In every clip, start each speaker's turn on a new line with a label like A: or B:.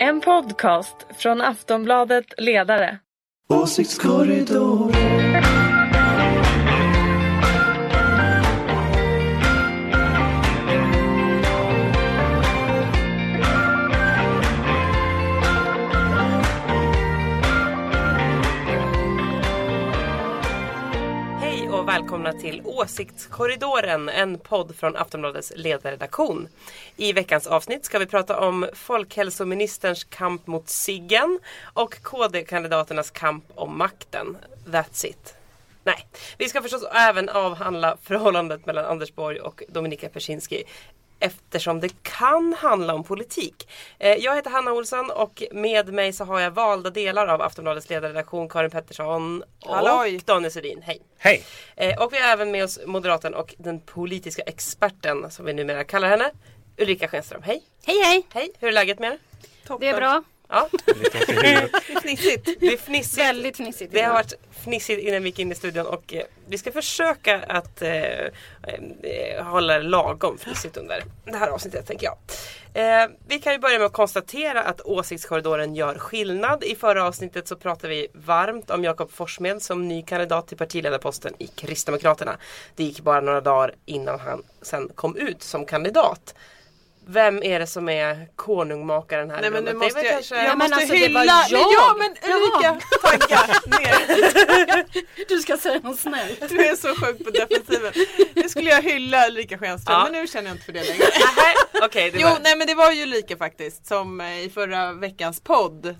A: En podcast från Aftonbladet Ledare.
B: Åsiktskorridoren.
C: Hej och välkomna till Åsiktskorridoren, en podd från Aftonbladets ledarredaktion. I veckans avsnitt ska vi prata om folkhälsoministerns kamp mot SIGGen och KD-kandidaternas kamp om makten. That's it. Nej, vi ska förstås även avhandla förhållandet mellan Anders Borg och Dominika Persinski eftersom det kan handla om politik. Eh, Jag heter Hanna Olsson och med mig så har jag valda delar av Aftonbladets ledarredaktion Karin Pettersson och
D: Halloj.
C: Daniel Sedin. Hej!
E: Hej!
C: Eh, Och vi har även med oss moderaten och den politiska experten som vi numera kallar henne Ulrika Schenström. Hej!
F: Hej hej!
C: Hej! Hur är läget med er?
F: Det är bra.
C: Ja,
D: Fnissigt.
C: det är fnissigt.
F: Väldigt fnissigt.
C: Det har
F: idag.
C: varit fnissigt innan vi gick in i studion och eh, vi ska försöka att eh, eh, hålla det lagom fnissigt under det här avsnittet tänker jag. Eh, vi kan ju börja med att konstatera att åsiktskorridoren gör skillnad. I förra avsnittet så pratade vi varmt om Jakob Forssmed som ny kandidat till partiledarposten i Kristdemokraterna. Det gick bara några dagar innan han sen kom ut som kandidat. Vem är det som är konungmakaren här? i
D: Nej men nu
C: rummet? Det är
D: måste
C: väl
D: jag,
C: kanske-
D: jag
F: Ja, men
D: måste
F: alltså, det
D: hylla.
F: var
D: Nej,
F: jag.
D: ja men
F: Jaha.
D: Ulrika, tankar ner.
F: Du ska säga något snällt.
D: Du är så sjuk på defensiven. Nu skulle jag hylla Ulrika Schenström
C: Ja.
D: men nu känner jag inte för det längre.
C: Nähä, Okej, det
D: Jo
C: var...
D: nej men det var ju Ulrika faktiskt som eh, i förra veckans podd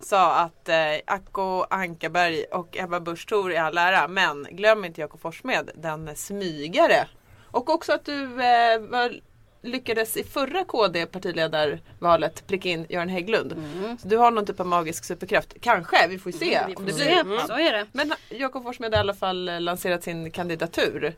D: sa att eh, Acko Ankarberg och Ebba Busch Thor är all ära men glöm inte Jakob Forssmed, den smygare. Och också att du eh, var, lyckades i förra KD partiledarvalet pricka in Göran Hägglund. Så du har någon typ av magisk superkraft. Kanske, Mm, vi får ju se
F: Vi får
D: om det
F: se.
D: blir.
C: Mm.
F: Så är det.
D: Men ha- Jakob Forssmed har i alla fall eh, lanserat sin kandidatur.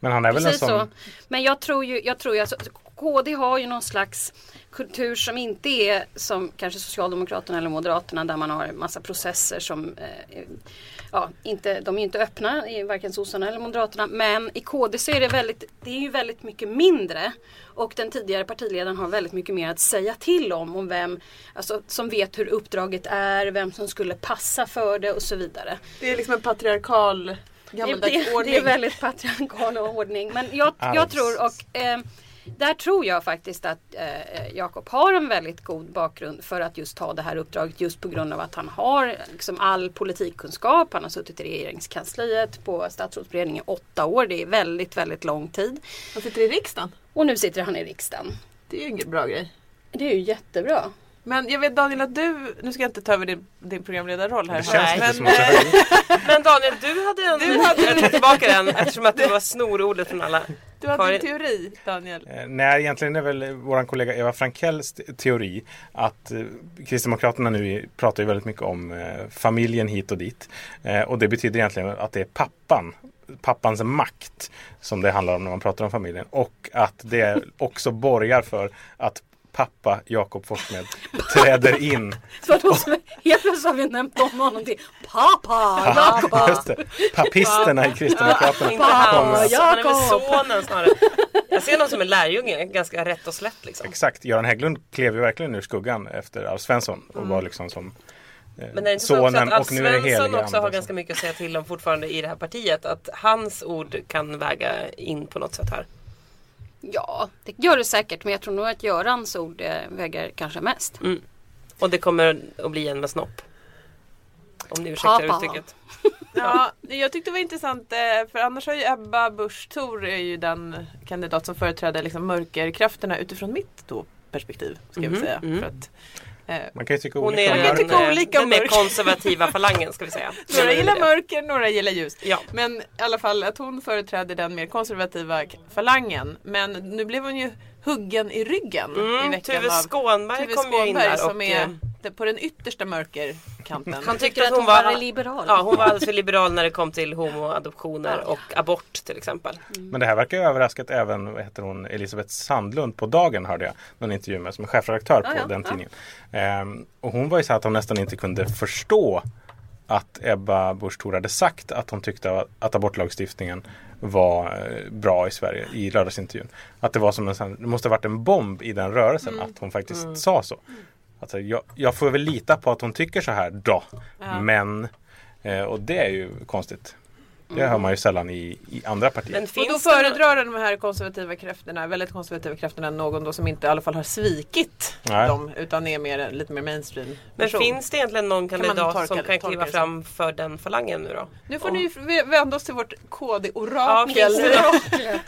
E: Men han är väl
F: Precis
E: en
F: så.
E: sån...
F: Men jag tror ju, jag tror ju alltså, KD har ju någon slags kultur som inte är som kanske Socialdemokraterna eller Moderaterna där man har en massa processer som eh, ja, inte, de är ju inte öppna i varken sossarna eller moderaterna men i KD så är det väldigt, det är ju väldigt mycket mindre och den tidigare partiledaren har väldigt mycket mer att säga till om, om vem alltså, som vet hur uppdraget är, vem som skulle passa för det och så vidare.
D: Det är liksom en patriarkal gammaldags
F: Det, det,
D: ordning.
F: det är väldigt patriarkal ordning. Men jag, jag
E: Alls.
F: tror och eh, där tror jag faktiskt att eh, Jakob har en väldigt god bakgrund för att just ta det här uppdraget just på grund av att han har liksom all politikkunskap. Han har suttit i regeringskansliet på statsrådsberedningen i åtta år. Det är väldigt, väldigt lång tid.
D: Han sitter i riksdagen.
F: Och nu sitter han i riksdagen.
D: Det är ju ingen bra grej.
F: Det är ju jättebra.
D: Men jag vet Daniel att du, nu ska jag inte ta över din, din programledarroll här.
E: Det
D: Hanna,
E: känns lite
D: men,
E: som att
D: eh,
E: det
C: Men Daniel, du hade en...
D: Du hade-
C: Jag tar tillbaka den eftersom att det var snorordet från alla.
D: Du hade
C: Karin-
D: en teori Daniel.
E: Eh, Nej, egentligen är väl vår kollega Eva Frankells te- teori att eh, Kristdemokraterna nu i- pratar ju väldigt mycket om eh, familjen hit och dit. Eh, och det betyder egentligen att det är pappan, pappans makt som det handlar om när man pratar om familjen. Och att det också borgar för att pappa Jakob Forssmed träder in.
F: Så då, så- helt plötsligt har vi nämnt om honom till pappa, Jakob.
E: Just det. Papisterna i Kristdemokraterna.
C: Inte han, alltså,
E: kommer-
C: han är väl
F: Jakob.
C: sonen snarare. Jag ser någon som en lärjunge, ganska rätt och slätt liksom.
E: Exakt, Göran Hägglund klev ju verkligen ur skuggan efter Alf Svensson och var liksom som eh,
C: Mm. Men är det inte så också att Alf
E: nu är det helige
C: Svensson också har
E: anden.
C: ganska mycket att säga till om fortfarande i det här partiet? Att hans ord kan väga in på något sätt här.
F: Ja, det gör det säkert. Men jag tror nog att Görans ord eh, väger kanske mest.
C: Och det kommer att bli en med snopp. Om ni ursäktar
F: Pappa.
C: uttrycket.
D: Ja, jag tyckte det var intressant eh, för annars har ju Ebba Busch Thor är ju den kandidat som företräder liksom mörkerkrafterna utifrån mitt då perspektiv. Ska jag väl
C: Mhm,
D: säga. För att, eh,
E: Man kan ju tycka
C: Hon
E: olika
C: är
E: om
D: Man
E: det
D: kan
E: här.
C: den,
D: tycka
C: eh,
D: olika
C: den
D: om
C: mer
D: mörk.
C: konservativa falangen ska vi säga.
D: några
C: Menar
D: gillar
C: det?
D: mörker, några gillar ljus.
C: Ja.
D: Men i alla fall att hon företräder den mer konservativa k- falangen. Men nu blev hon ju huggen i ryggen i
C: Mm,
D: veckan
C: Tuve
D: av
C: Skånberg
D: Tuve
C: kom ju in
D: Skånberg
C: där
D: som
C: och... eh,
D: är de- på den yttersta mörkerkanten.
C: Han
F: Tycker
C: tyckte att hon
F: var,
C: var
F: liberal.
C: Ja, hon var alldeles för liberal när det kom till homoadoptioner och abort till exempel.
F: Mm.
E: Men det här verkar ju ha överraskat även vad heter hon, Elisabeth Sandlund på Dagen hörde jag. Någon intervju med som är chefredaktör på
F: Ja, ja,
E: den
F: ja.
E: tidningen. Ehm, och hon var ju så här att hon nästan inte kunde förstå att Ebba Busch Thor hade sagt att hon tyckte att abortlagstiftningen var eh, bra i Sverige i
F: Mm.
E: lördagsintervjun. Att det var som en sån, det måste ha varit en bomb i den rörelsen att hon faktiskt sa så. Alltså, jag, jag får väl lita på att hon tycker så här då. Men, eh, och det är ju konstigt. Det
F: Mm.
E: hör man ju sällan i, i andra partier.
C: Men
D: Och då
C: finns det någon...
D: föredrar de här konservativa krafterna, väldigt konservativa krafterna, någon då som inte i alla fall har svikit
E: Nej.
D: dem utan är mer, lite mer mainstream
C: Men
D: person.
C: finns det egentligen någon
D: man
C: kandidat
D: torka
C: som
D: det-
C: kan
D: torka
C: kliva
D: det så?
C: fram för den falangen nu då?
D: Nu får
C: Om-
D: ni ju v- vända oss till vårt
C: Ja,
D: KD-orakel.
C: finns det någon,
F: Verkligen.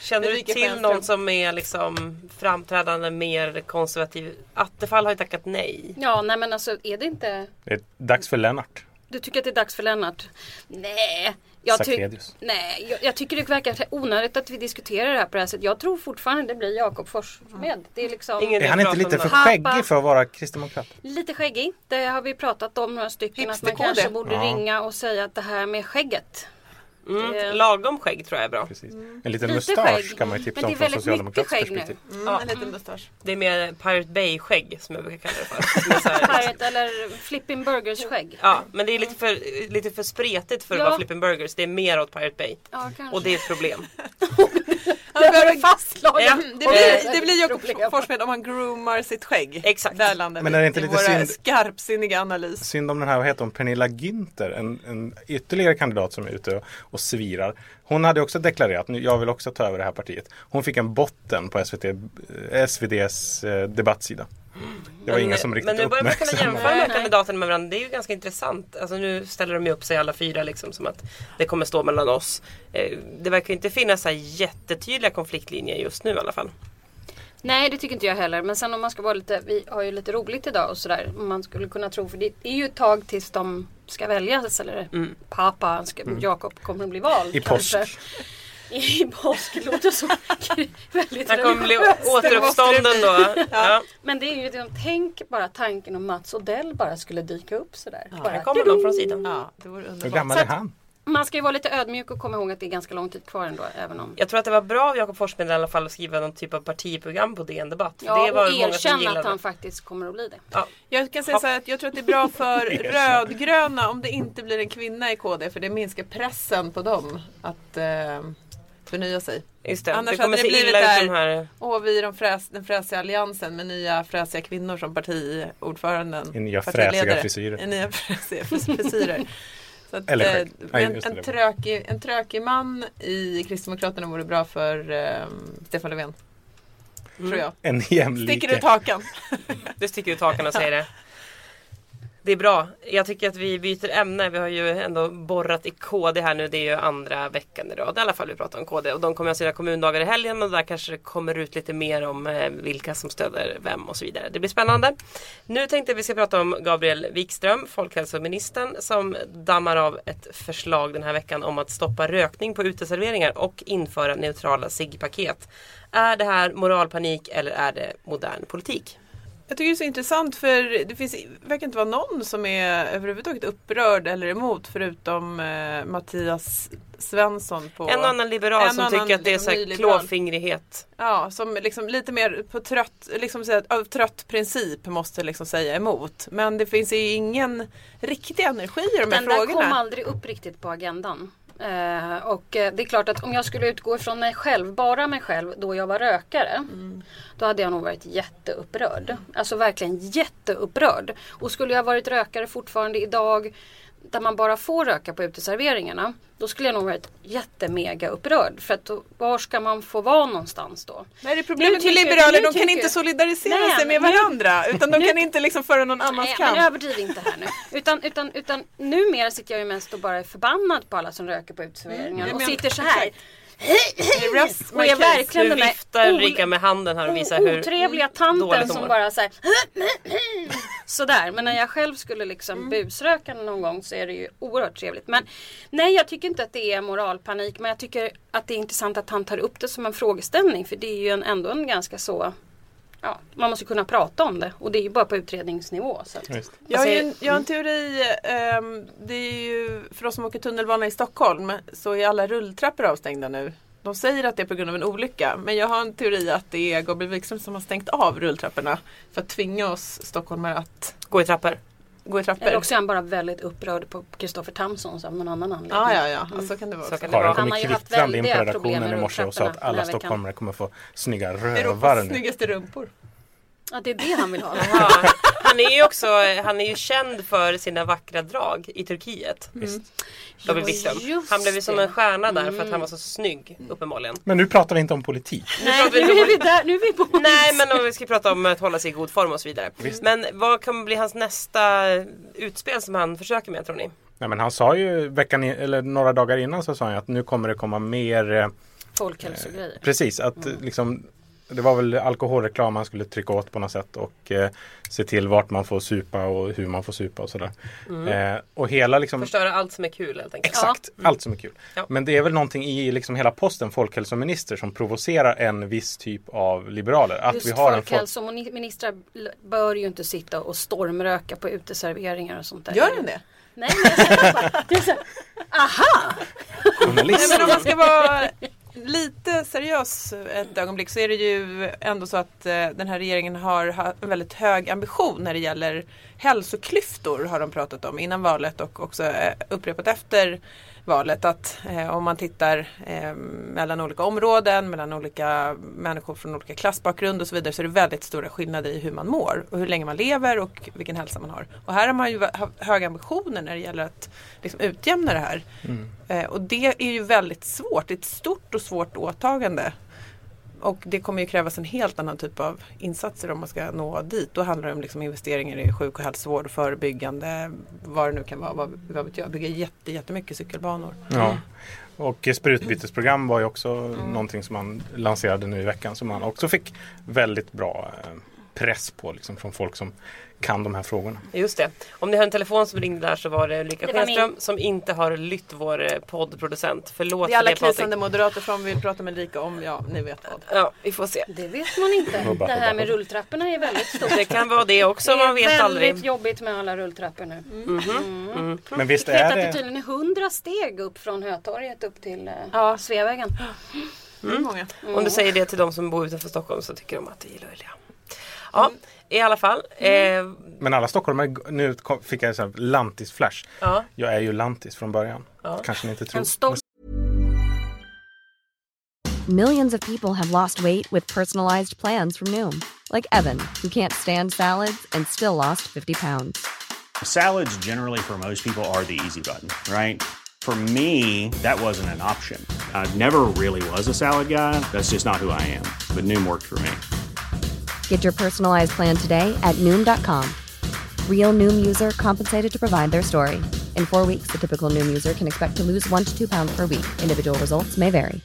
C: känner du
D: Ulrika
C: till
D: Schenström.
C: någon som är liksom framträdande mer konservativ? Attefall har ju tackat nej.
F: Ja, nej men alltså är det inte...
E: Det är dags för Lennart.
F: Du tycker att det är dags för Lennart? Nej. Jag ty-
E: Sakredius.
F: Nej, jag, jag tycker det verkar onödigt att vi diskuterar det här på det här sättet. Jag tror fortfarande det blir Jakob Forssmed. Det är liksom
C: Ingen
E: Är han
C: idé
E: inte
C: att prata
E: lite
C: om
E: för
C: det.
F: Pappa.
E: skäggig för att vara kristdemokrat?
F: lite skäggig. Det har vi pratat om några stycken. Att man
D: Hipster-KD.
F: kanske borde
E: Ja.
F: ringa och säga att det här med skägget. Eh,
C: Mm, lagom skägg tror jag är bra.
E: Precis. En liten
F: Mm. Lite
E: mustasch
F: skägg.
E: kan man ju tipsa
F: Men
E: om
F: det är
E: från
F: väldigt
E: socialdemokratiskt
F: mycket skägg nu.
E: perspektiv.
D: Mm, en liten mustasch.
C: Det är mer Pirate Bay-skägg som jag brukar kalla det för. Som är så här-
F: Pirate eller Flippin Burgers skägg.
C: Ja, men det är lite för, lite för spretigt för att
F: Ja.
C: vara Flippin Burgers. Det är mer åt Pirate Bay.
F: Ja, kanske.
C: Och det är ett problem.
D: Han behöver
F: fastslagen.
C: Ja,
D: Det blir,
F: Eh,
D: det blir
F: problem.
D: Jakob Forssmed om han groomar sitt skägg.
C: Exakt.
D: Där landar
E: Men
D: vi
E: är det inte
D: i
E: lite
D: våra
E: synd-
D: skarpsinniga analys.
E: Synd om den här, vad heter hon, Pernilla Günther, en, en ytterligare kandidat som är ute och, och svirar. Hon hade också deklarerat, nu, jag vill också ta över det här partiet. Hon fick en botten på SVT, eh, SVDs eh, debattsida. Det var ingen som riktigt
C: Men nu börjar man kunna
E: uppmärksammade.
C: jämföra de här
F: Nej, nej.
C: kandidaterna med varandra. Det är ju ganska intressant. Alltså nu ställer de ju upp sig alla fyra liksom som att det kommer stå mellan oss. Eh, Det verkar ju inte finnas så här jättetydliga konfliktlinjer just nu i alla fall.
F: Nej, det tycker inte jag heller. Men sen om man ska vara lite, vi har ju lite roligt idag och sådär. Om Man skulle kunna tro, för det är ju ett tag tills de ska väljas. Eller
C: Mm.
F: pappa, han ska, Jakob kommer att bli vald.
E: I
F: kanske.
E: påsk.
F: I påsk låter så väldigt
C: Här kommer bli
F: religiöst.
C: återuppstånden då. Ja.
F: Men det är ju, liksom, tänk bara tanken om Mats Odell bara skulle dyka upp sådär.
C: Här
F: bara,
C: kommer någon från sidan.
D: Ja, det vore
E: Hur
D: underbart.
E: gammal är han?
F: man ska ju vara lite ödmjuk och komma ihåg att det är ganska lång tid kvar ändå. Även om...
C: Jag tror att det var bra av Jakob Forssmed i alla fall att skriva någon typ av partiprogram på DN Debatt. För
F: Ja,
C: det var
F: och
C: det många som
F: erkänna att
C: gillade.
F: han faktiskt kommer att bli det.
C: Ja.
D: Jag kan säga så här att jag tror att det är bra för rödgröna om det inte blir en kvinna i KD för det minskar pressen på dem att eh, förnya sig.
C: Just det,
D: Annars
C: det kommer se
D: hade det
C: illa ut
D: blivit där-
C: de här
D: Och vi i de fräs, den fräsiga alliansen med nya fräsiga kvinnor som partiordföranden.
E: I nya
D: partiledare.
E: fräsiga frisyrer.
D: I nya fräsiga fris- frisyrer. Så att,
E: Eller
D: eh,
E: skägg. Nej,
D: en,
E: just det,
D: en,
E: det var-
D: trökig, en trökig man i Kristdemokraterna vore bra för eh, Stefan Löfven. Tror jag.
E: En
D: Sticker
E: jämlike.
D: ut hakan.
C: Du sticker ut hakan och säger det. Det är bra. Jag tycker att vi byter ämne. Vi har ju ändå borrat i KD här nu. Det är ju andra veckan i rad i alla fall vi pratar om KD. Och de kommer ha sina kommundagar i helgen och där kanske det kommer ut lite mer om eh, vilka som stöder vem och så vidare. Det blir spännande. Nu tänkte jag att vi ska prata om Gabriel Wikström, folkhälsoministern, som dammar av ett förslag den här veckan om att stoppa rökning på uteserveringar och införa neutrala ciggpaket. Är det här moralpanik eller är det modern politik?
D: Jag tycker det är så intressant för det finns, verkar inte vara någon som är överhuvudtaget upprörd eller emot förutom eh, Mattias Svensson på
C: En och annan liberal
D: En och
C: som
D: annan
C: tycker att det är så här
D: nyliberal.
C: klåfingrighet.
D: Ja, som liksom lite mer på trött, liksom säga, att av trött princip måste liksom säga emot. Men det finns ju ingen riktig energi i de här
F: Den där kom
D: frågorna.
F: aldrig upp riktigt på agendan. Eh, och eh, det är klart att om jag skulle utgå från mig själv, bara mig själv, då jag var rökare. Då hade jag nog varit jätteupprörd. Alltså verkligen jätteupprörd. Och skulle jag varit rökare fortfarande idag där man bara får röka på uteserveringarna. Då skulle jag nog varit jättemega upprörd. För att då, var ska man få vara någonstans då?
D: Vad är det
F: Nu
D: problemet med
F: tycker-
D: liberaler?
F: nu
D: De kan
F: tycker-
D: inte solidarisera
F: Nej,
D: sig med
F: men nu-
D: varandra. Utan de kan inte liksom föra någon annans
F: Nej,
D: kamp.
F: men överdriv inte här nu. Utan, utan, utan numera sitter jag ju mest och bara är förbannad på alla som röker på uteserveringar
D: jag
F: och
D: menar-
F: sitter så här.
D: Rest my
F: Och är
D: case.
F: verkligen
C: Nu
F: den där
C: viftar
F: o-
C: Ulrika med handen här och visar hur
F: otrevliga
C: dåligt
F: tanten
C: de
F: som
C: mår.
F: bara så här, Sådär, men när jag själv skulle liksom
C: Mm.
F: busröka någon gång så är det ju oerhört trevligt. Men nej, jag tycker inte att det är moralpanik. Men jag tycker att det är intressant att han tar upp det som en frågeställning. För det är ju en, ändå en ganska så... Ja, man måste kunna prata om det. Och det är ju bara på utredningsnivå. Så att,
E: Just.
D: Jag har, ju
C: Alltså,
D: en, jag har en teori. ehm, det är ju, för oss som åker tunnelbana i Stockholm så är alla rulltrappor avstängda nu. De säger att det är på grund av en olycka. Men jag har en teori att det är Gabriel Wikström som har stängt av rulltrapporna för att tvinga oss stockholmare att
C: Gå i trappor.
D: gå i trappor.
F: eller också är han bara väldigt upprörd på Kristoffer Tamsons av någon annan anledning.
C: Ah,
D: Ja, ja, ja. Så kan det vara.
C: Så kan det
E: Karin
C: vara.
F: Han
E: kom
F: har ju haft
E: kvittrande in på
F: väldiga problem
E: redaktionen
F: med
E: i morse och sa att
F: rulltrapporna den
E: alla
F: här veckan.
E: stockholmare kommer få snygga rövare
D: Europas
E: nu.
D: snyggaste rumpor.
F: Ja, det är det han vill ha.
C: Ja, han är ju också han är ju känd för sina vackra drag i Turkiet. David Wikström.
F: just
C: Han blev ju som
F: det. Mm.
C: en stjärna där för att han var så snygg uppenbarligen.
E: Men nu pratar vi inte om politik.
F: Nej,
C: pratar
F: nu
C: vi
F: är
C: om-
F: vi där. Nu är vi på
C: Nej men om vi ska prata om att hålla sig i god form och så vidare. Men vad kan bli hans nästa utspel som han försöker med tror ni?
E: Nej, men han sa ju veckan i, eller några dagar innan så sa han ju att nu kommer det komma mer eh,
F: folkhälsogrejer.
E: Precis, att
F: Mm.
E: eh, liksom det var väl alkoholreklam man skulle trycka åt på något sätt och eh, se till vart man får supa och hur man får supa och sådär.
F: Mm.
E: Eh, och hela liksom
C: Förstöra allt som är kul helt enkelt.
E: Exakt, allt som är kul.
C: Ja.
E: Men det är väl någonting i liksom hela posten folkhälsominister som provocerar en viss typ av liberaler. Att
F: Just
E: vi har en folk...
F: folkhälsoministrar bör ju inte sitta och stormröka på uteserveringar och sånt där.
D: Gör den det?
F: Nej, men jag säger bara, det är så här,
D: Nej,
E: journalist.
D: men om man ska vara lite seriös ett ögonblick så är det ju ändå så att eh, den här regeringen har ha- en väldigt hög ambition när det gäller hälsoklyftor har de pratat om innan valet och också eh, upprepat efter valet att eh, om man tittar eh, mellan olika områden, mellan olika människor från olika klassbakgrund och så vidare så är det väldigt stora skillnader i hur man mår och hur länge man lever och vilken hälsa man har. Och här har man ju va- ha- höga ambitioner när det gäller att liksom, utjämna det här. Eh, Och det är ju väldigt svårt, det är ett stort och svårt åtagande. Och det kommer ju krävas en helt annan typ av insatser om man ska nå dit. Då handlar det om liksom investeringar i sjuk och hälsovård, förebyggande, vad det nu kan vara, vad, vad vet jag, bygga jätte, jättemycket cykelbanor.
C: Mm.
E: Ja. Och eh, sprutbytesprogram var ju också någonting som man lanserade nu i veckan som man också fick väldigt bra eh, press på liksom, från folk som kan de här frågorna.
C: Just det. Om ni har en telefon som ringde där så var det Ulrika
F: Det var min.
C: Schenström som inte har lytt vår eh, poddproducent. Förlåt
D: Det är alla
C: för det Patrik.
D: krisande moderater som vill prata med Ulrika om, ja ni vet vad.
C: Ja, vi får se.
F: det vet man inte.
E: Hubba,
F: Det
E: hubba,
F: här med
E: hubba.
F: rulltrapporna är väldigt stort.
C: Det kan vara det
F: Det
C: också,
F: är
C: man vet
F: väldigt
C: aldrig.
F: jobbigt med alla rulltrappor nu.
C: Mm.
E: Men visst
F: Jag vet
E: är
F: att det
E: det...
F: tydligen är hundra steg upp från Hötorget upp till eh,
D: Ja.
F: Sveavägen.
D: Mm. Många.
C: Om du säger det till de som bor utanför Stockholm så tycker de att det är löjliga. Ja,
D: Mm.
C: i alla fall. Eh,
E: Men alla stockholmare, nu kom- fick jag en sån här lantis-flash.
C: ja.
E: Jag är ju lantis från början. Kanske ni inte tror.
F: En stolt
B: Millions of people have lost weight with personalized plans from Noom, like Evan, who can't stand salads and still lost 50 pounds.
G: Salads, generally, for most people, are the easy button, right? For me, that wasn't an option. I never really was a salad guy. That's just not who I am. But Noom worked for me.
B: Get your personalized plan today at Noom.com. Real Noom user compensated to provide their story. In four weeks, the typical Noom user can expect to lose one to two pounds per week. Individual results may vary.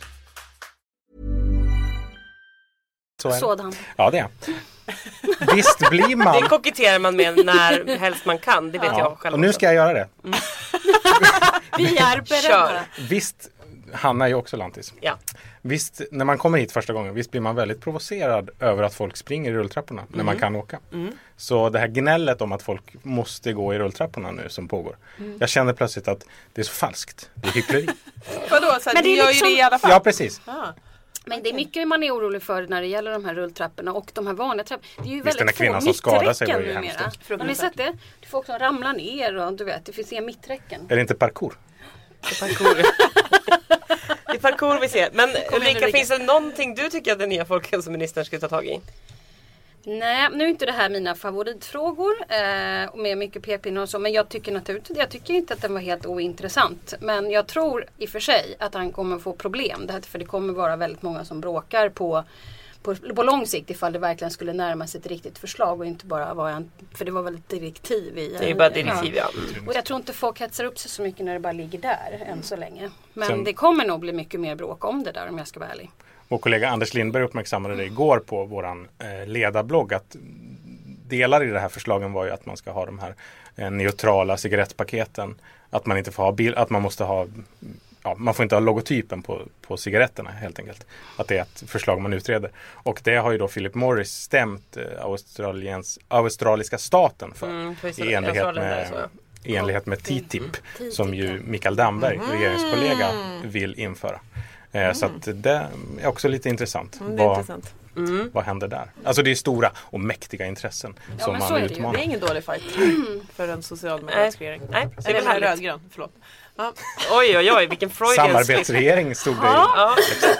E: Så är det.
F: sådan.
E: Ja, det är jag. Visst blir
C: Det
E: man...
C: koketterar man med när helst man kan, det vet jag
E: Ja,
C: själv
E: och nu
C: också.
E: ska jag göra det.
F: Vi är
C: Kör.
F: beredda.
E: Visst, Hanna är ju också lantis.
C: Ja.
E: Visst, när man kommer hit första gången, visst blir man väldigt provocerad över att folk springer i rulltrapporna när man kan åka. Så det här gnället om att folk måste gå i rulltrapporna nu som pågår. Jag känner plötsligt att det är så falskt. Det är hyckleri.
D: Vadå, så här,
F: Men det
D: ni
F: är
D: gör
F: liksom-
D: ju det i alla fall?
E: ja, precis.
F: Men det är mycket man är orolig för när det gäller de här rulltrapporna och de här vanliga trapporna. Det är ju väldigt
E: den här kvinnan
F: få
E: som skadade sig var ju
F: mitträcken
E: hemskt.
F: numera. Har ni sett det? Det är folk som ramlar ner och du vet, det finns inga mitträcken.
E: Är det inte parkour?
C: Det är parkour. det är parkour vi ser. Men Ulrika,
D: Ulrika.
C: finns det någonting du tycker att den nya folkhälsoministern skulle ta tag i?
F: Nej, nu är inte det här mina favoritfrågor eh, med mycket pekpinnar och så. Men jag tycker naturligtvis, jag tycker inte att den var helt ointressant. Men jag tror i och för sig att han kommer få problem. Det här, för det kommer vara väldigt många som bråkar på, på, på lång sikt ifall det verkligen skulle närma sig ett riktigt förslag och inte bara vara en... För det var väl ett direktiv i...
C: Det är ju
D: Mm.
C: bara direktiv ja.
F: Och jag tror inte folk hetsar upp sig så mycket när det bara ligger där än så länge. Men
E: Sen-
F: det kommer nog bli mycket mer bråk om det där om jag ska vara ärlig.
E: Vår kollega Anders Lindberg uppmärksammade det igår på våran eh, ledarblogg att delar i det här förslagen var ju att man ska ha de här eh, neutrala cigarettpaketen. Att man inte får ha bil, att man måste ha Ja, man får inte ha logotypen på, på cigaretterna helt enkelt. Att det är ett förslag man utreder. Och det har ju då Philip Morris stämt eh, Australiens, australiska staten för.
C: Mm, precis.
E: I
C: Jag
E: enlighet
C: såg den där,
E: med,
C: så.
E: i enlighet med TTIP som ju Mikael Damberg, regeringskollega, vill införa. Eh, Så att det är också lite intressant.
D: Mm, det är
E: vad,
D: intressant.
E: Vad händer där? Alltså det är stora och mäktiga intressen som
F: men så
E: man
F: är det ju.
E: utmanar.
D: Det är ingen dålig fight för en
C: Nej,
D: socialdemokratisk regering.
C: nej, det är väl
D: Eller en
C: härligt.
D: rödgrön, förlåt. Ja.
C: Oj, oj, oj, vilken Freudian slip.
E: Samarbetsregering stod det i.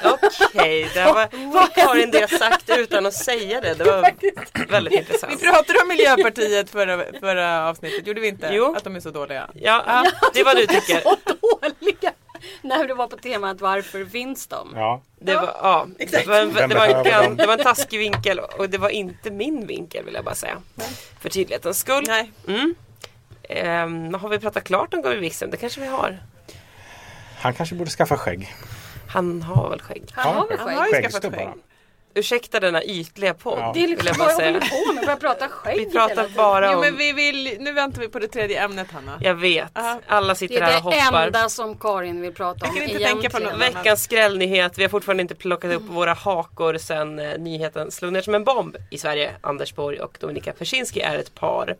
C: Ja, Okej, det var- vad har Karin det sagt utan att säga det? Det var väldigt
D: Vi
C: intressant.
D: pratade om Miljöpartiet förra, förra avsnittet, gjorde vi inte?
C: Jo.
D: Att de är så dåliga.
C: Ja, det var du tycker.
F: Så dåliga! När det var på temat varför finns de?
E: Ja.
C: Det var, ja, det var, en,
E: Vem
C: det, var en,
E: behöver
C: gan-
E: dem?
C: det var en taskig vinkel och det var inte min vinkel vill jag bara säga. För tydlighetens skull.
D: Nej.
C: Mm. Ehm, har vi pratat klart om Gaby Wikström? Det kanske vi har.
E: Han kanske borde skaffa skägg.
C: Han har väl skägg.
F: Han har väl
D: Han har
F: skägg?
D: ju skaffat
E: Skäggstubb
D: skägg.
E: bara.
C: Ursäkta denna ytliga podd.
E: Ja.
F: Det är
C: vill
F: liksom,
C: jag
F: vad
C: bara
F: håller
C: säga.
F: vi på med? Börjar prata skägg
C: Vi
F: hela
C: pratar
F: tiden.
C: bara
D: Jo
C: om...
D: men vi vill, nu väntar vi på det tredje ämnet Hanna.
C: Jag vet.
D: Ja.
C: Alla
F: Det
C: sitter här
F: är
C: och
F: det
C: hoppar.
F: enda som Karin vill prata om
D: kan inte
F: egentligen.
D: tänka på något annat.
C: Veckans skrällnyhet. Vi har fortfarande inte plockat upp våra hakor sen eh, nyheten slog ner som en bomb i Sverige. Anders Borg och Dominika Persinski är ett par.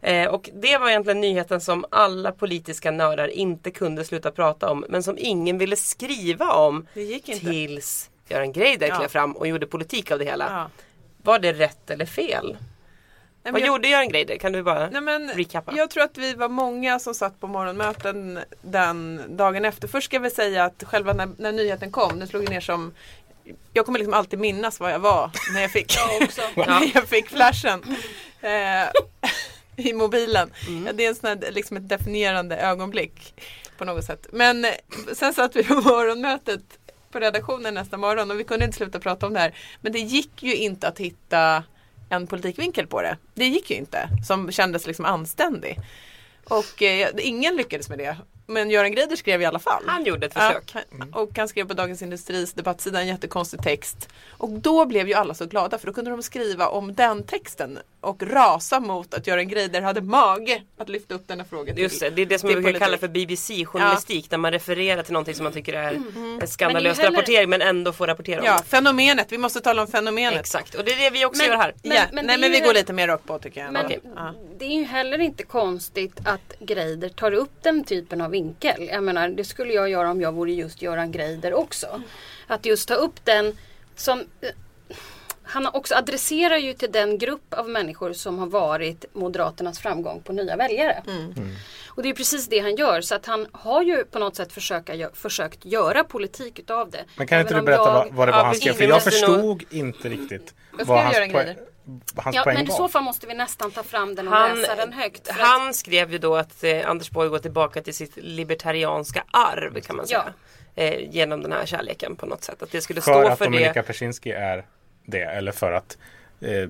C: Eh, och det var egentligen nyheten som alla politiska nördar inte kunde sluta prata om men som ingen ville skriva om
D: Det gick inte.
C: tills Göran Greider
D: Ja.
C: klev fram och gjorde politik av det hela.
D: Ja.
C: Var det rätt eller fel?
D: Nej, men
C: Vad
D: jag-
C: gjorde Göran Greider? Kan du bara...
D: Nej, men
C: Recappa.
D: jag tror att vi var många som satt på morgonmöten den dagen efter. Först ska jag väl säga att själva när, när nyheten kom, den slog ju ner som jag kommer liksom alltid minnas vad jag var när jag fick, när jag fick flashen eh, i mobilen. Ja, det är en sån här, liksom ett definierande ögonblick på något sätt. Men eh, sen satt vi på morgonmötet på redaktionen nästa morgon och vi kunde inte sluta prata om det här. Men det gick ju inte att hitta en politikvinkel på det. Det gick ju inte, som kändes liksom anständig. Och eh, ingen lyckades med det. Men Göran Greider skrev i alla fall.
C: Han gjorde ett
D: Ja,
C: försök.
D: han- och han skrev på Dagens Industris debattsida en jättekonstig text. Och då blev ju alla så glada för då kunde de skriva om den texten och rasa mot att Göran Greider hade mage att lyfta upp denna fråga till
C: Just det, det är det som
D: till
C: man brukar kalla
D: politik.
C: för BBC-journalistik där man refererar till någonting som man tycker är en skandalös
F: Mm. Men det är heller-
C: rapportering men ändå får rapportera om.
D: Ja, fenomenet. Vi måste tala om fenomenet.
C: Exakt, och det är det vi också
F: Men-
C: gör här.
F: men-
D: ja.
F: men
D: Nej
F: det
D: men
F: är
D: vi
F: ju-
D: går lite mer rakt på tycker jag.
F: Men
D: ändå. ja.
F: det är ju heller inte konstigt att Greider tar upp den typen av vinkel. Jag menar, det skulle jag göra om jag vore just Göran Greider också. Att just ta upp den som... eh, Han också adresserar ju till den grupp av människor som har varit Moderaternas framgång på nya väljare.
C: Mm.
F: Och det är precis det han gör. Så att han har ju på något sätt försöka, gö- försökt göra politik utav det.
E: Men kan inte
F: Även
E: du
F: om
E: berätta
F: jag-
E: vad, vad det var
C: Ja,
E: han
C: precis,
E: skrev? För
C: vi
E: jag
C: måste
E: förstod inte riktigt
D: skrev
E: vad hans,
D: Göran
E: poäng,
D: Greider?
E: vad hans
F: Ja,
E: poäng
F: men i
E: var.
F: så fall måste vi nästan ta fram den och
C: Han,
F: läsa den högt. för att-
C: han skrev ju då att eh, Anders Borg går tillbaka till sitt libertarianska arv kan man säga. Eh, genom den här kärleken på något sätt. Att det skulle
E: för
C: stå
E: att
C: för
E: Dominika
C: det.
E: Persinski är det eller för att eh,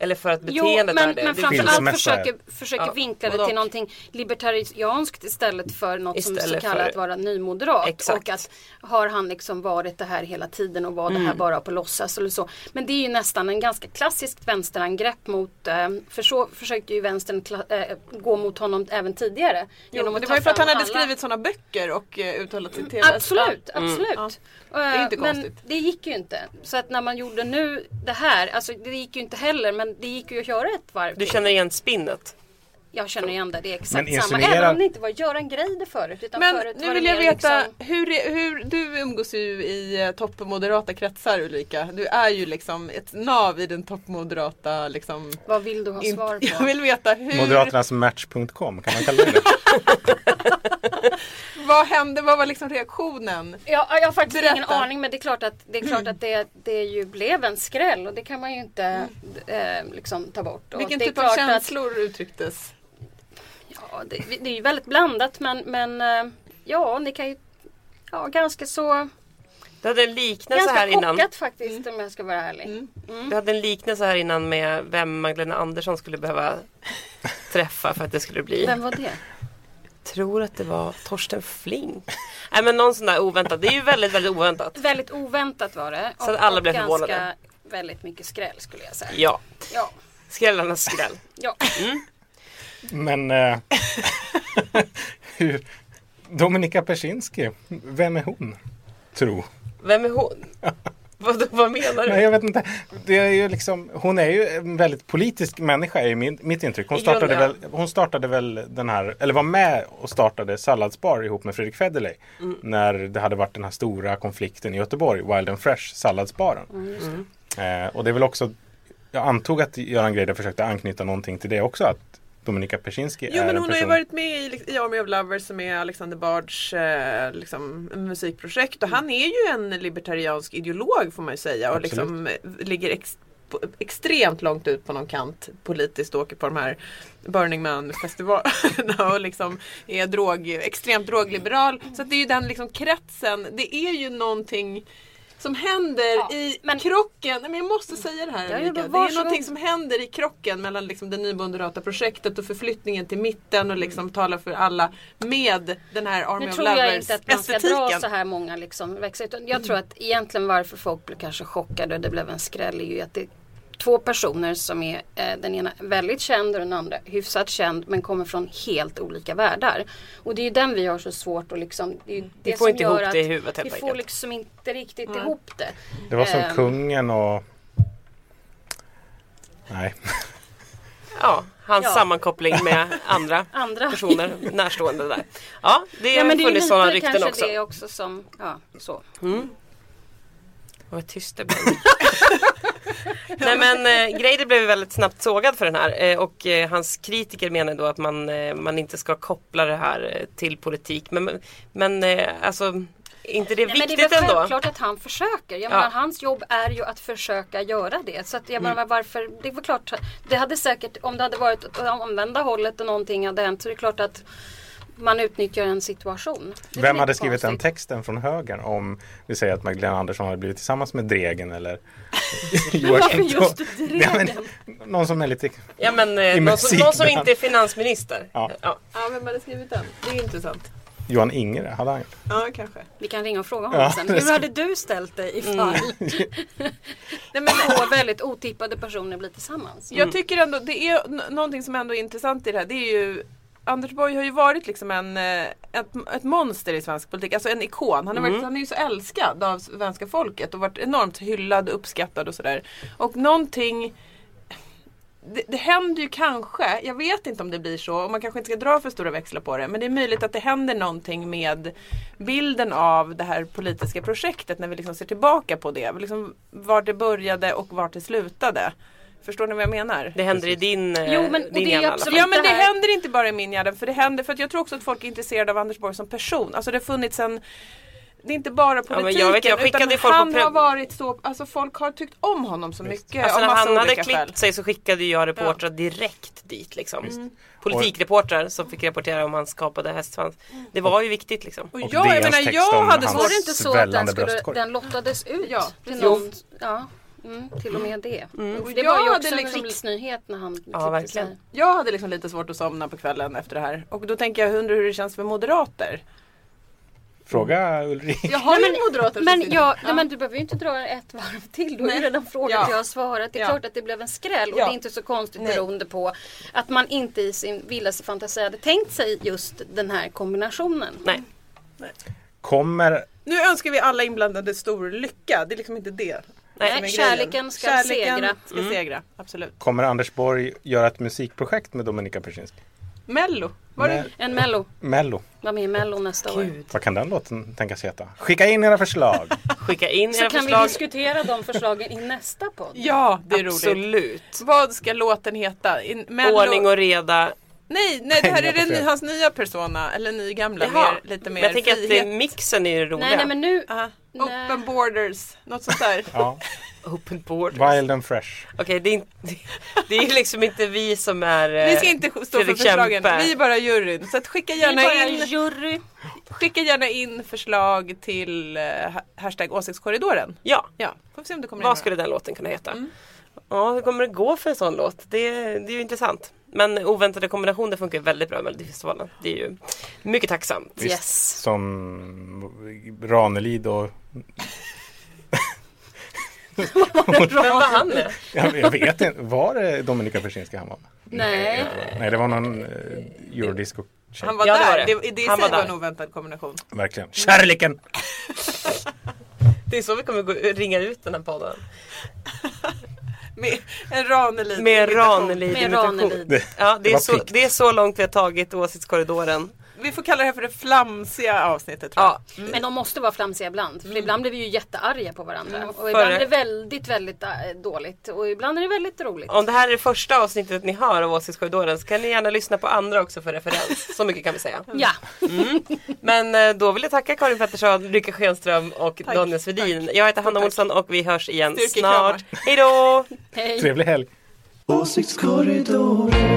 C: Eller för att
F: Jo,
C: beteendet
F: men,
C: är det.
F: men
C: Det-
F: framförallt
E: Skilsmässa
F: försöker, försöker
C: Ja,
F: vinkla
D: både
F: det till
D: och.
F: någonting libertarianskt istället för något som så
C: Istället
F: kallat
C: för-
F: att vara nymoderat.
C: Exakt.
F: Och att har han liksom varit det här hela tiden och var
D: Mm.
F: det här bara på låtsas eller så. Men det är ju nästan en ganska klassiskt vänsterangrepp mot, eh, för så försökte ju vänstern kla- eh, gå mot honom även tidigare.
D: Jo,
F: genom
D: men det
F: ta
D: var ju för att
F: fram
D: han hade
F: alla-
D: skrivit sådana böcker och eh, uttalat sig till
F: Absolut, absolut. Det
D: är inte
F: men
D: konstigt.
F: det gick ju inte. Så att när man gjorde nu det här, alltså det gick ju inte heller men det gick ju att göra ett varv
C: Du
F: till.
C: känner igen spinnet.
F: Jag känner igen det, det är exakt
E: Men
F: samma.
E: insinuerar-
F: Även om det inte var Göran Greider förut. Utan
D: Men
F: förut
D: nu
F: var
D: vill
F: det
D: jag
F: mer
D: veta,
F: liksom-
D: hur, är- hur, du umgås ju i eh, toppmoderata kretsar Ulrika. Du är ju liksom ett nav i den toppmoderata liksom.
F: Vad vill du ha
D: Inte-
F: svar
D: jag
F: på?
D: vill veta hur,
E: Moderaternasmatch.com, kan man kalla det det?
D: vad hände, vad var liksom reaktionen?
F: Ja, jag har faktiskt
D: Berätta.
F: ingen aning men det är klart att det, är klart att det, det ju blev en skräll och det kan man ju inte eh, liksom ta bort. Och
D: Vilken
F: det är
D: typ av
F: klart
D: känslor uttrycktes?
F: Att, ja, det, det är ju väldigt blandat men, men eh, ja, ni kan ju Ja, ganska så...
C: Du hade en liknelse
F: Ganska
C: här
F: chockat
C: innan. Mm.
F: faktiskt om jag ska vara ärlig.
C: Du hade en liknelse här innan med vem Magdalena Andersson skulle behöva träffa för att det skulle bli.
F: Vem var det?
C: tror att det var Torsten Flink. Nej men någon sån där oväntad. Det är ju väldigt, väldigt oväntat.
F: Väldigt oväntat var det.
C: Så att alla blev
F: ganska
C: förvånade.
F: väldigt mycket skräll skulle jag säga.
C: Ja,
F: Ja.
C: skrällarnas skräll.
F: ja.
E: Men eh, hur, Dominika Persinski, vem är hon? Tro.
C: Vem är hon? Vad, vad menar du?
E: Nej, jag vet inte. Det är ju liksom, hon är ju en väldigt politisk människa är min, mitt intryck. Hon
C: I grunden,
E: startade, väl, hon startade väl den här, eller var med och startade Salladsbar ihop med Fredrik Federley.
D: Mm. Mm,
E: När det hade varit den här stora konflikten i Göteborg, Wild and Fresh, salladsbaren. Eh, och det är väl också, jag antog att Göran Greider försökte anknyta någonting till det också, att Dominika Persinski
D: Jo
E: är
D: men
E: en
D: hon har ju
E: person.
D: varit med i, i Army of Lovers som är Alexander Bards eh, liksom, musikprojekt och han är ju en libertariansk ideolog får man ju säga och
E: Mm. Absolut.
D: liksom eh, ligger ex, på, extremt långt ut på någon kant politiskt och åker på de här Burning Man festivalerna och liksom är drog, extremt drogliberal. Så att det är ju den liksom kretsen, det är ju någonting som händer
F: Ja,
D: i
F: men-
D: krocken, Nej, men jag måste säga det här
F: Ja, ja,
D: Erika.
F: men
D: Det är
F: varsågod.
D: någonting som händer i krocken mellan liksom det nymoderata projektet och förflyttningen till mitten och liksom tala för alla med den här Army
F: Nu
D: of
F: tror jag
D: Lovers
F: inte att man ska dra
D: estetiken.
F: så här många liksom växlar. Utan jag tror
C: Mm.
F: att egentligen varför folk blev kanske chockade och det blev en skräll är ju att det är två personer som är eh, den ena väldigt känd och den andra hyfsat känd men kommer från helt olika världar. Och det är ju den vi har så svårt att liksom. Det är ju det
C: Mm. får
F: som
C: inte
F: gör
C: ihop
F: att
C: det i huvudet helt
F: Vi får
C: enkelt.
F: liksom inte riktigt ihop det.
E: Det var som
D: eh,
F: Ehm.
E: kungen och... Nej,
C: Ja, hans
F: Ja.
C: sammankoppling med andra,
F: Andra.
C: personer närstående där. Ja, det har
F: Ja, men det är ju
C: funnits
F: lite
C: sådana
F: kanske
C: rykten också.
F: det också som, ja så.
C: Vad tyst det blev. Nej men eh, Greider blev väldigt snabbt sågad för den här eh, och eh, hans kritiker menar då att man, eh, man inte ska koppla det här eh, till politik. Men, men eh, alltså, är inte det
F: Nej, men
C: viktigt
F: det är väl
C: ändå?
F: självklart att han försöker. Jag
C: Ja.
F: menar, hans jobb är ju att försöka göra det. Så att jag menar,
E: Mm.
F: varför, det är väl klart, det hade säkert, om det hade varit åt det omvända hållet och någonting hade hänt så är det klart att man utnyttjar en situation. Det är väl
E: vem
F: inte
E: hade skrivit den
F: konstigt.
E: texten från högern om vi säger att Magdalena Andersson hade blivit tillsammans med Dregen eller Joakim
F: just
E: Tå- Ja, men, Någon som är lite...
C: Ja men eh,
E: I
C: någon, som, någon som
E: musikbranschen.
C: inte är finansminister.
E: Ja.
C: Ja.
D: Ja, vem hade skrivit den? Det är ju intressant.
E: Johan Ingre, hade han gjort.
D: Ja, kanske.
F: Vi kan ringa och fråga honom
E: Ja,
F: sen.
E: det
F: Hur
E: ska- Mm.
F: hade du ställt dig ifall Nej, men två väldigt otippade personer blir tillsammans?
D: Jag tycker ändå, det är n- någonting som ändå är intressant i det här. Det är ju Anders Borg har ju varit liksom en, eh, ett, ett monster i svensk politik, alltså en ikon. Han, har varit, han är ju så älskad av svenska folket och varit enormt hyllad och uppskattad och sådär. Och någonting det, det händer ju kanske, jag vet inte om det blir så och man kanske inte ska dra för stora växlar på det men det är möjligt att det händer någonting med bilden av det här politiska projektet när vi liksom ser tillbaka på det. Liksom vart det började och vart det slutade. Förstår ni vad jag menar?
C: Det händer i din, eh,
F: Jo, men- och
C: din
F: det är
C: hjärna
F: absolut-
C: i alla
D: Ja men det
F: det här-
D: händer inte bara i min hjärna för det händer för att jag tror också att folk är intresserade av Anders Borg som person. Alltså det har funnits en det är inte
C: men
D: bara
C: jag
D: politiken
C: vet, jag skickade
D: utan
C: folk på
D: han har
C: pre-
D: varit så, alltså folk har tyckt om honom så mycket.
C: fall. Alltså
D: av
C: när
D: massa
C: han hade
D: olika
C: klippt
D: skäl. Mm.
C: sig så skickade ju jag reportrar direkt dit liksom. Politikreportrar som fick rapportera om hans skapade hästsvans.
D: Mm.
C: Det var ju viktigt liksom.
D: Och
E: Och
D: jag, jag
E: DNs
D: menar
E: text
D: jag
E: om
D: hade
E: hans-
D: svårt
F: Var det inte så att den,
E: Svällande
F: skulle,
E: bröstkorg.
F: den lottades ut?
D: Ja,
F: till
D: precis.
F: någon, ja mm, till och med det. Och Det
D: Jag
F: var ju
D: hade
F: också en
D: liksom-
F: riksnyhet när han klippte
C: verkligen.
F: sig.
D: Jag hade liksom lite svårt att somna på kvällen efter det här och då tänker jag undrar hur det känns för moderater.
E: Fråga
D: Mm.
E: Ulrik.
D: Jag har ju moderater som
F: Men,
D: sitter-
F: jag, nej, men du behöver ju inte dra ett varv till. Då är det redan frågat
D: Ja.
F: jag har svarat. Det är
D: Ja.
F: klart att det blev en skräll. Och
D: Ja.
F: det är inte så konstigt
D: Nej.
F: beroende på att man inte i sin vildaste fantasi hade tänkt sig just den här kombinationen.
C: Nej.
E: Kommer
D: Nu önskar vi alla inblandade stor lycka. Det är liksom inte det.
C: Nej,
D: som är grejen.
F: kärleken ska segra.
D: ska segra. Absolut.
E: Kommer Anders Borg göra ett musikprojekt med Dominika Persinski?
D: Mello. Var det?
E: Med
F: En mello.
E: Mello.
F: Var med i mello nästa år.
E: Vad kan den låten tänkas heta? Skicka in era förslag!
C: Skicka in
F: Så
C: era
F: kan vi
C: förslag.
F: diskutera de förslagen i nästa podd.
D: Ja, det är roligt.
C: Absolut.
D: Vad ska låten heta? In, Mello.
C: Ordning och reda.
D: Nej, nej, det här
E: Pengar
D: är
E: på
D: det, ny-
E: fred.
D: hans nya persona. Eller nygamla.
C: Jaha.
D: Mer, lite mer
C: men jag tänker att
D: frihet.
C: eh, mixen är ju rolig.
F: Nej, nej men nu.
D: Aha.
F: Nej.
D: Open borders. Något sånt där.
E: Ja.
C: Open borders.
E: Wild and fresh.
C: Okej, det, är inte- det- det är ju liksom inte vi som är... eh,
D: Vi ska inte stå för
C: Fredrik
D: förslagen.
C: Kempe.
D: Vi är bara juryn. Så att skicka
F: Vi är
D: gärna
F: bara
D: in.
F: jury.
D: Skicka gärna in förslag till eh, ha- hashtag åsiktskorridoren.
C: Ja,
D: Ja, får vi se om det kommer in.
C: vad skulle den låten kunna heta? Ja, hur kommer det gå för en sån låt? Det, det är ju intressant. Men oväntade kombinationer funkar ju väldigt bra i Melodifestivalen. Det är ju mycket tacksamt.
E: Visst.
F: Yes.
E: Som Ranelid och...
C: Vem var han nu?
E: Jag, jag vet inte. Var det Dominika Persinski han var med?
F: Nej.
E: Nej, det var någon eh, eurodisco
D: Han var
C: Ja, det var
D: där. Det,
C: det.
D: det, i
C: Han
D: sig
C: var
D: var
C: där.
D: en oväntad kombination.
E: Verkligen. Kärleken!
C: Det är så vi kommer gå, ringa ut den här podden.
D: Med en Ranelid.
C: Med
D: imitation.
C: Ranelid
F: Med
C: imitation.
F: Ranelid.
C: Ja, det
E: Det
C: är,
E: var
C: så,
E: piggt.
C: det är så långt vi har tagit åsiktskorridoren.
D: vi får kalla det här för det flamsiga avsnittet. Tror jag.
C: Ja,
F: Men de måste vara flamsiga ibland. För ibland blir vi ju jättearga på varandra. Och
C: förra-
F: ibland är det väldigt, väldigt äh, dåligt. Och ibland är det väldigt roligt.
C: Om det här är det första avsnittet ni hör av Åsiktskorridoren så kan ni gärna lyssna på andra också för referens. Så mycket kan vi säga.
F: Ja,
C: Men eh, då vill jag tacka Karin Pettersson, Lycka Schenström och Daniel Svedin. Jag heter Hanna Olsson och vi hörs igen
D: Styrkekramar.
C: snart. Hej då!
F: hej.
E: Trevlig helg!
H: Åsiktskorridoren